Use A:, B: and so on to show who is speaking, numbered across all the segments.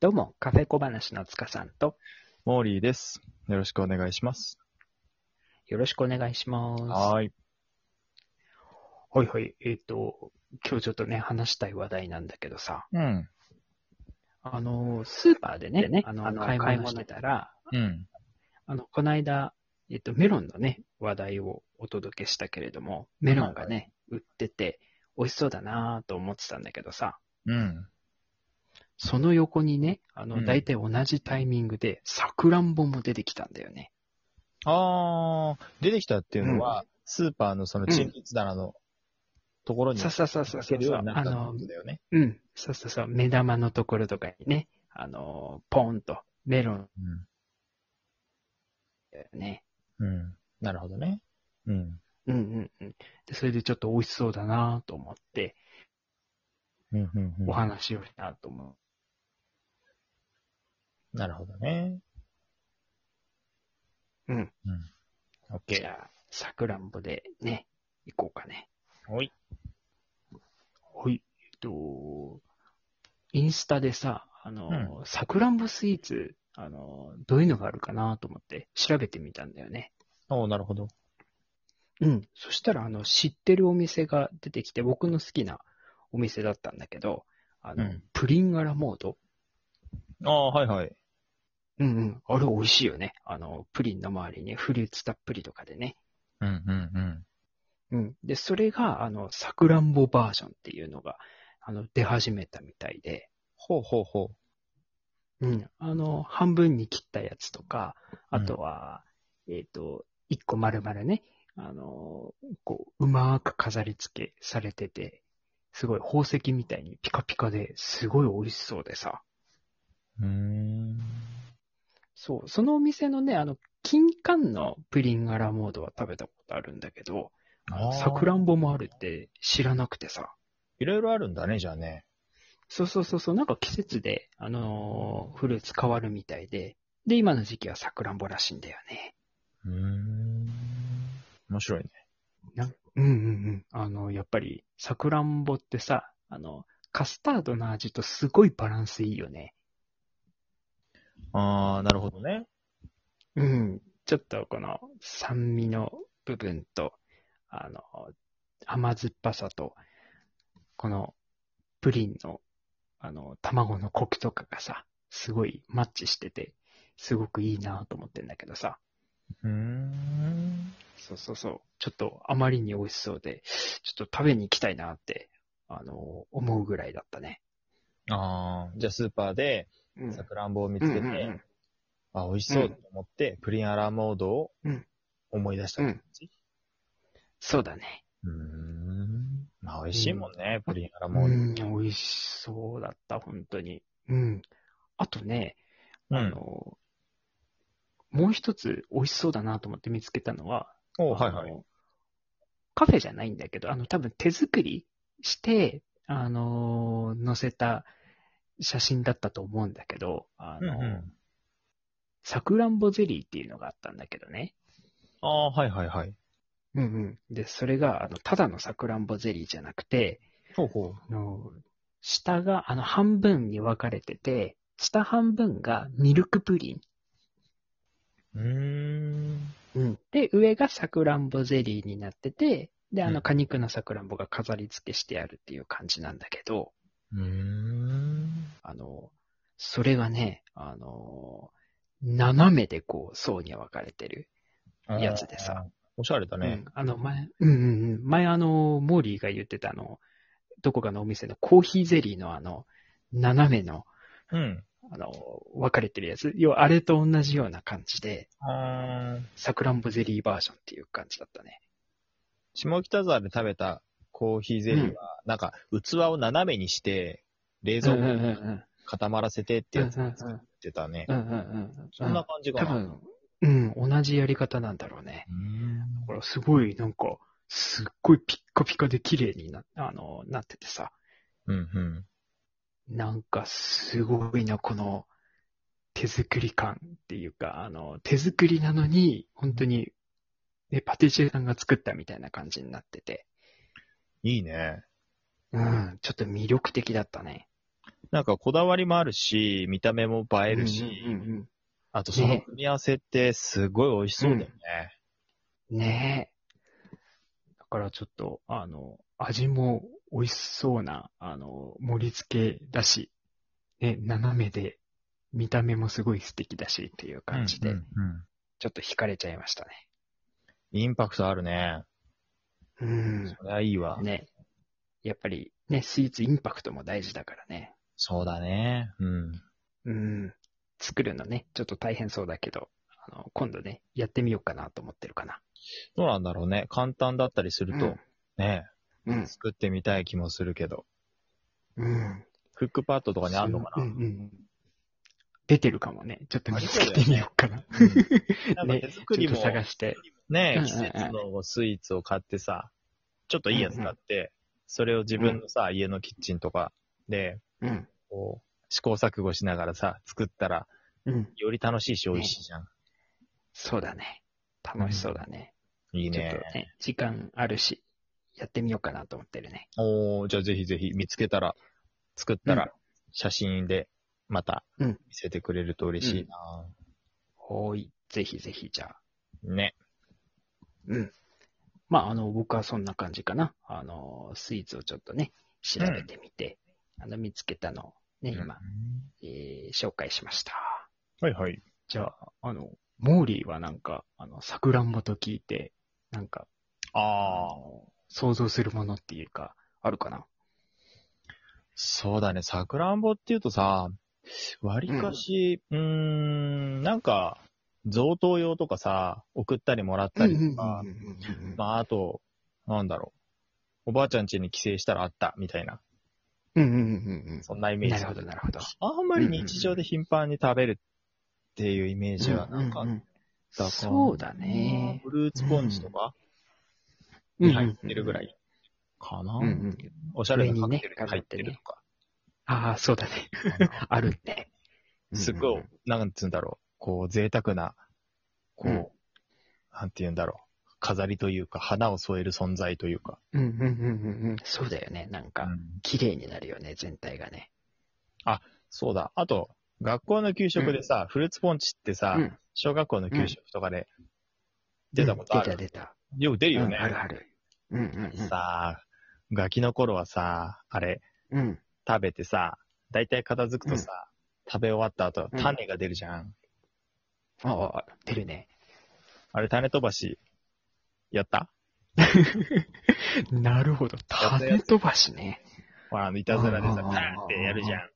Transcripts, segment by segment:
A: どうも、カフェ小話の塚さんと、
B: モーリーです。よろしくお願いします。
A: よろしくお願いします。
B: はーい。
A: ほいほい、えっ、と、今日ちょっとね、話したい話題なんだけどさ、
B: うん。
A: あの、スーパーでね、あの、
C: あの
A: 買い
C: 買い
A: 物
C: 物
A: してたら、
B: うん。
A: あの、この間、えっ、と、メロンのね、話題をお届けしたけれども、メロンがね、売ってて、美味しそうだなぁと思ってたんだけどさ、
B: うん。
A: その横にね、あ
B: う
A: の、
B: ん
A: 大体同じタイミングで、サクランボも出てきたんだよね。
B: あー、出てきたっていうのは、スーパーのその陳列棚のところに
A: さ
B: 置
A: さささ
B: け
A: さ
B: るよう
A: さ
B: に、な
A: あ
B: ったって
A: の
B: こ、とだよね。
A: うん、そうそうそう、目玉のところとかにね、あの、ポンとメロンだよね。
B: うん。うん。なるほどね。うん。
A: うんうんうん。で、それでちょっと美味しそうだなと思って、
B: うん、うん、う
A: お
B: ん。
A: 話をしたと思
B: なるほどね。
A: うん
B: うん。オッ
A: う。
B: ケ
A: じゃあ、さくらんぼでね、行こうかね。
B: ー。おい。
A: はい。えっと、インスタでさ、あの、さくらんぼスイーツ、あの、どういうのがあるかなと思って調べてみたんだよね。
B: おー、なるほど。
A: うん。そしたら、あの、知ってるお店が出てきて、僕の好きなお店だったんだけど、あの、
B: うん
A: プリンガラモード
B: あー、はいはい。
A: うんうん。あれ美味しいよね。あの、プリンの周りにフルーツたっぷりとかでね。
B: うん、うん、う
A: う
B: ん。
A: ん。で、それが、あの、さくらんぼバージョンっていうのが、あの、出始めたみたいで、
B: ほうほうほ
A: うん。あの、半分に切ったやつとか、
B: う
A: あ
B: ん
A: とは、えっ、と、一個丸々ね、あの、こう、うまーく飾り付けされてて、すごい宝石みたいにピカピカですごい美味しそうでさ。
B: う。うーん。
A: そう、そのお店のね、あの、金柑のプリンアラモードは食べたことあるんだけど、
B: あー
A: さくらんぼもあるって知らなくてさ。
B: いろいろあるんだね、じゃあね。
A: そうそうそうそう、なんか季節で、あのーフルーツ変わるみたいで、で、今の時期はさくらんぼらしいんだよね。
B: うーん。面白いね。
A: うんうんうん。あの、やっぱり、さくらんぼってさ、あの、カスタードの味とすごいバランスいいよね。
B: あー、なるほどね。
A: うん。ちょっとこの酸味の部分と、あの、甘酸っぱさと、このプリンの、あの、卵のコクとかがさ、すごいマッチしてて、すごくいいなと思ってんだけどさ。
B: うーん。
A: そうそうそう。ちょっとあまりに美味しそうで、ちょっと食べに行きたいなって、あの、思うぐらいだったね。
B: ああ。じゃあスーパーで、
A: うん
B: さくらんぼを見つけて、
A: うんうんうん
B: あ、美味しそうと思って、プリンアラモードを
A: うん
B: 思い出した感じ。
A: そうだね。
B: うーん。まあ、美味しいもんね、プリンアラ
A: う
B: モー
A: ん、美味しそうだった、本当に。うん。あとね、
B: ド。う
A: あ
B: ん。
A: の、もう一つ美味しそうだなと思って見つけたのは、
B: おはいは
A: あ
B: い。
A: のカフェじゃないんだけど、あの、多分手作りして、あの、載せた写真だったと思うんだけど、あ
B: うん
A: の、
B: うん。
A: さくらんぼゼリーっていうのがあったんだけどね。
B: ああ、はいはいはい。
A: うんうん。で、それが、あの、ただのさくらんぼゼリーじゃなくて、
B: ほうほ
A: あの、下が、あの、半分に分かれてて、下半分がミルクプリ
B: う。うーん。
A: ン。うん。で、上がさくらんぼゼリーになってて、で、あ
B: う
A: の、
B: ん
A: 果肉のさくらんぼが飾り付けしてあるっていう感じなんだけど、
B: うーん。
A: あの、それがね、あの、斜めでこう、層に分かれてる。やつでさ
B: あー。おしゃれだね。
A: うん、あの前、うんうんうん、前あの、モーリーが言ってたあの、どこかのお店のコーヒーゼリーのあの、斜めの、
B: うん。
A: あの、分かれてるやつ。要はあれと同じような感じで、
B: あー
A: さくらんぼゼリーバージョンっていう感じだったね。
B: 下北沢で食べたコーヒーゼリーは、なんか、器を斜めにして、冷蔵庫
A: うんうん
B: に
A: うん
B: 固まらせてって
A: うん
B: やつ作ってたね。
A: うんうんうん
B: そんな感じか
A: 多
B: な。
A: 分、うん、同じやり方なんだろうね。だからすごい、なんか、すっごいピッカピカで綺麗にな、あの、なっててさ、
B: うんうん。
A: なんかすごいな、この手作り感っていうか、あの、手作りなのに、本当に、ね、パティシエさんが作ったみたいな感じになってて、
B: いいね。
A: うん、ちょっと魅力的だったね。
B: なんかこだわりもあるし、見た目も映えるし、
A: うんうん
B: あとその組み合わせってすごい美味しそうだよね。
A: うんねえ。だからちょっと、あの、味も美味しそうな、あの、盛り付けだし、ね、斜めで、見た目もすごい素敵だしっていう感じで、
B: うんうん
A: ちょっと惹かれちゃいましたね。
B: インパクトあるね。
A: うん。
B: それはいいわ。
A: ね。やっぱり、ね、スイーツインパクトも大事だからね。
B: そうだね。うん。
A: うん。作るのね、ちょっと大変そうだけど、あの、今度ね、やってみようかなと思ってるかな。
B: どうなんだろうね。簡単だったりすると、ね、
A: うん。
B: 作ってみたい気もするけど。
A: うん。
B: クックパッドとかにあんのかな
A: うんうん。出てるかもね。ちょっと見つけてみようかな。
B: なんか手作
A: ち
B: り
A: ょっと
B: も、
A: 探して。
B: ね
A: う、ん
B: 季節のスイーツを買ってさ、ちょっといいやつ買って、それを自分のさ、家のキッチンとかで、
A: うん。
B: こう、試行錯誤しながらさ、作ったら、
A: うん。
B: より楽しいし美味しいじゃん。
A: そうだね。楽しそうだね。
B: いい
A: ちょっと
B: ね。
A: ね、時間あるし、やってみようかなと思ってるね。
B: おー、じゃあぜひぜひ見つけたら、作った
A: うん
B: ら、写真でまた
A: うん
B: 見せてくれると嬉しいな、
A: ほーい。ぜひぜひ、じゃあ。
B: ね。
A: うん。まあ、あの、僕はそんな感じかな。あの、スイーツをちょっとね、調べてみて、あの、見つけたのをね、今、えー紹介しました。
B: はいはい。
A: じゃあ、あの、モーリーはなんか、あの、さくらんぼと聞いて、なんか、
B: ああ、
A: の想像するものっていうか、あるかな。
B: そうだね。さくらんぼっていうとさ、わりかし、うーん、なんか、贈答用とかさ、送ったりもらったりとか、まあ、あと、なんだろう。おばあちゃん家に帰省したらあった、みたいな。
A: うんうんうん
B: そんなイ
A: うん。
B: メー
A: な
B: ジ
A: る。ほど、なるほど。
B: あんまり日常で頻繁に食べるっていうイメージはなか
A: うんう
B: っ
A: ん
B: たかな
A: そうだね。
B: フルーツポンチとか
A: うん
B: に
A: うんうん
B: 入ってるぐらいかな。
A: うんうん。
B: おしゃれなカクテ
A: 上にね
B: ルに入ってるとか。
A: ああ、そうだね。あるね。
B: すごい、なんつうんだろう。こう、贅沢な、こう、
A: うん
B: なんて言うんだろう。飾りというか、花を添える存在というか。
A: うんうんうんうんうん。そうだよね。なんか、綺麗になるよね、全体がね。
B: そうだ。あと、学校の給食でさ、フルーツポンチってさ、
A: うん
B: 小学校の給食とかで出たことあ
A: うん
B: る。
A: 出た出た。
B: よく出るよね。
A: うんあるある。うんうんうん。
B: さあ、ガキの頃はさ、あれ、
A: うん。
B: 食べてさ、だいたい片付くとさ、食べ終わった後
A: う、ん
B: 種が出るじゃん。
A: ああ、出るね。
B: あれ、種飛ばし、やった
A: なるほど。種飛ばしね。
B: ほら、あの、いたずらで
A: う
B: さ、
A: んう
B: パ
A: んうんうん
B: ーンってやるじゃん。
A: う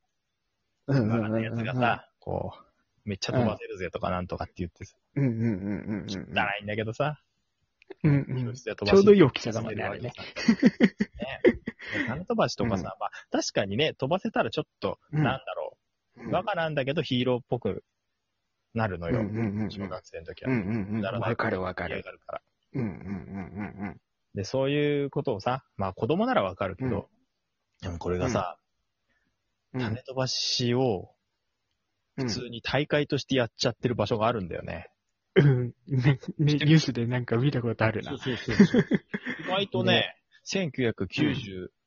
B: うんわーってやつがさ、こう、めっちゃ飛ばせるぜとかなんとかって言ってさ、
A: うんうんうんうんうん。
B: ならいいんだけどさ、
A: うんうん。ちょうどいい大きさだもんね、あれね。。
B: ね種飛ばしとかさ、まあ、確かにね、飛ばせたらちょっと、
A: うん
B: なんだろう、バカなんだけどヒーローっぽくなるの
A: うんう
B: よ。
A: んうんうん。
B: 小学生の時
A: う
B: は。
A: んうんうん。
B: だらだら
A: わかるわか
B: 嫌
A: る。
B: がるから。
A: うんうんうんうんうん。
B: で、そういうことをさ、まあ子供ならわかるけど、でもこれがさ、
A: うん
B: 種飛ばしを普通に大会としてやっちゃってる場所があるんだよね。
A: うん。ね、ねニュースでなんか見たことあるな。
B: そうそうそうそう 意外とね、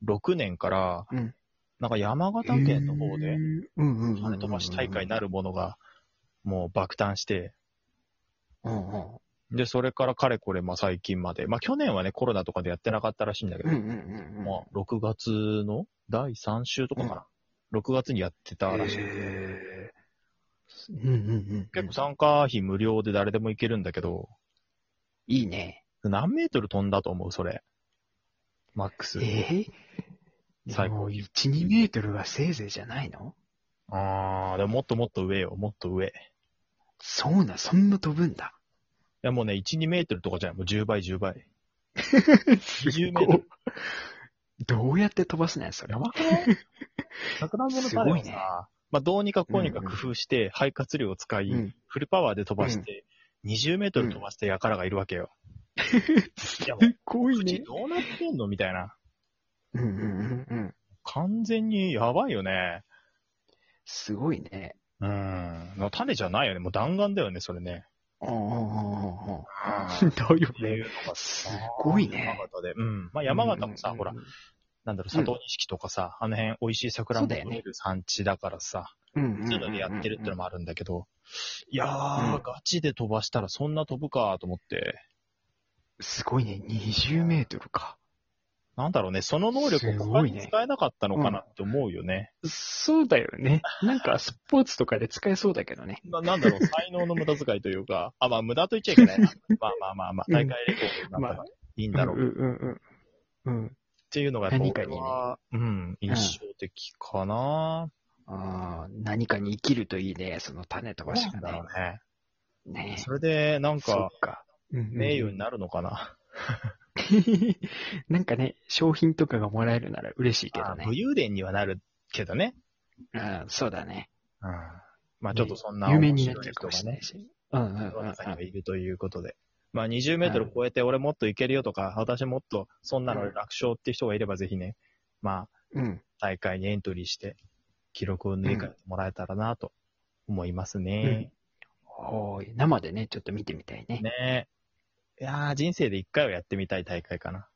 B: 1996年から、
A: うん
B: なんか山形県の方
A: えー
B: で、
A: うんうんうんうんうん。
B: 種飛ばし大会なるものが、もう爆誕して、
A: うんうん。
B: で、それからかれこれ、まあ最近まで、まあ去年はね、コロナとかでやってなかったらしいんだけど、
A: うんうんうん。
B: まあ、6月の第3週とかかな。6月にやってたらしい。
A: へーうんうんうん。
B: 結構参加費無料で誰でも行けるんだけど、
A: いいね。
B: 何メートル飛んだと思うそれ。マックス。
A: ええ
B: 最高
A: もう1、2メートルはせいぜいじゃないの
B: あー、でももっともっと上よ、もっと上。い
A: そうな、そんな飛ぶんだ。
B: や、もうね、1、2メートルとかじゃない。もう10倍、10倍。
A: す
B: 20
A: ご
B: メ
A: い
B: ートル。
A: どうやって飛ばすね、それは。
B: 桜物
A: す
B: タ
A: ご
B: レ
A: い
B: を
A: ね
B: さ、まあ、どうにかこうにか工夫して、肺活量を使い、
A: うん
B: フルパワーで飛ばして、20メートル飛ばした輩がいるわけよ。
A: す
B: いやも
A: ごい
B: 口
A: ね。
B: どうなってんのみたいな。
A: うんうんうんうん。
B: 完全にやばいよね。
A: すごいね。
B: うん。種じゃないよね。もう弾丸だよね、それね。
A: ああ、あああああ
B: っ
A: あだよ
B: てい
A: ね。
B: うのが
A: すごいね
B: 山形で。うん。まあ山形もさ、ほら、、なんだろう、佐藤錦とかさ、あの辺美味しい桜んぼ
A: そうだよ
B: 取
A: ね
B: れる産地だからさ、
A: うん
B: そういうのでやってるってのもあるんだけど、いやー、
A: うん
B: ガチで飛ばしたらそんな飛ぶかと思って、
A: すごいね、20メートルか。
B: なんだろうね、その能力を
A: す
B: 他
A: ごい
B: に
A: ね
B: 使えなかったのかなって思うよね。
A: そうだよね。なんかスポーツとかで使えそうだけどね。
B: ななんだ ろう、才能の無駄遣いというか、あ、まあ無駄と言っちゃいけないな。まあまあまあまあ、大会レコードになったらいいんだろう
A: うんうんうん。うん。
B: っていうのがやっぱ
A: 何か
B: 俺
A: にね
B: は、うん、印象的かな、
A: ああ、何かに生きるといいね、その種飛ばし
B: な
A: が
B: んだろ
A: ね。
B: うね。
A: ね
B: それで、なん
A: そ
B: か
A: っ、か。うん
B: 名誉になるのかな。
A: なんかね、商品とかがもらえるなら嬉しいけ
B: あ
A: ど
B: ー
A: ね
B: 武。勇伝にはなるけどね。
A: うん、そうだね。
B: うん。まあちょっとそんな
A: 有
B: 面
A: 名になっ
B: 白い
A: ちゃうか
B: 人
A: も
B: が
A: しれない、
B: ね
A: し。うんうんうん
B: 世の中には
A: う
B: いるということで。まあ20メートル超えて俺もっといけるよとか、私もっとそんなの楽勝っていう人がいればぜひね、まあ
A: ん。うん。
B: 大会にエントリーして記録を塗り替えてもらえたらなと思いますね。
A: おい、生でね、ちょっと見てみたいね。
B: ねえ。いやー人生で一回はやってみたい大会かな。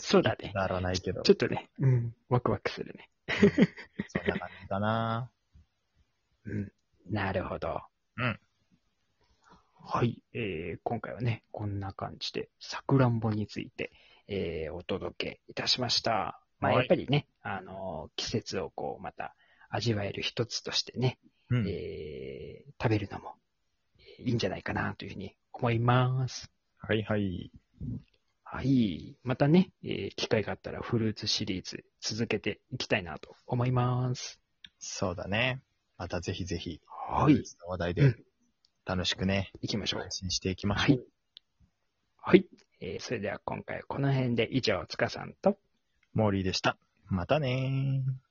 A: そうだね。
B: ならないけど。
A: ちょっとね、うん、ワクワクするね。
B: そんな感じ だな。
A: うん。なるほど。
B: うん。
A: はい、えー、今回はね、こんな感じで、さくらんぼについて、えー、お届けいたしました。まあ、
B: はい
A: やっぱりね、あのー季節をこう、また味わえる一つとしてね、
B: うん。
A: えー、食べるのもえーいいんじゃないかなというふうに思います。
B: はいはい。
A: はい。またね、えー機会があったらフルーツシリーズ続けていきたいなと思います。
B: そうだね。またぜひぜひ、
A: は
B: ニュ
A: い
B: ー。スの話題
A: う
B: で
A: ん
B: 楽しくね、
A: 行きましょう
B: 配。信していきま
A: は
B: しょう。
A: い。はい。えーそれでは今回はこの辺で以上、つかさんと
B: モーリーでした。またねー。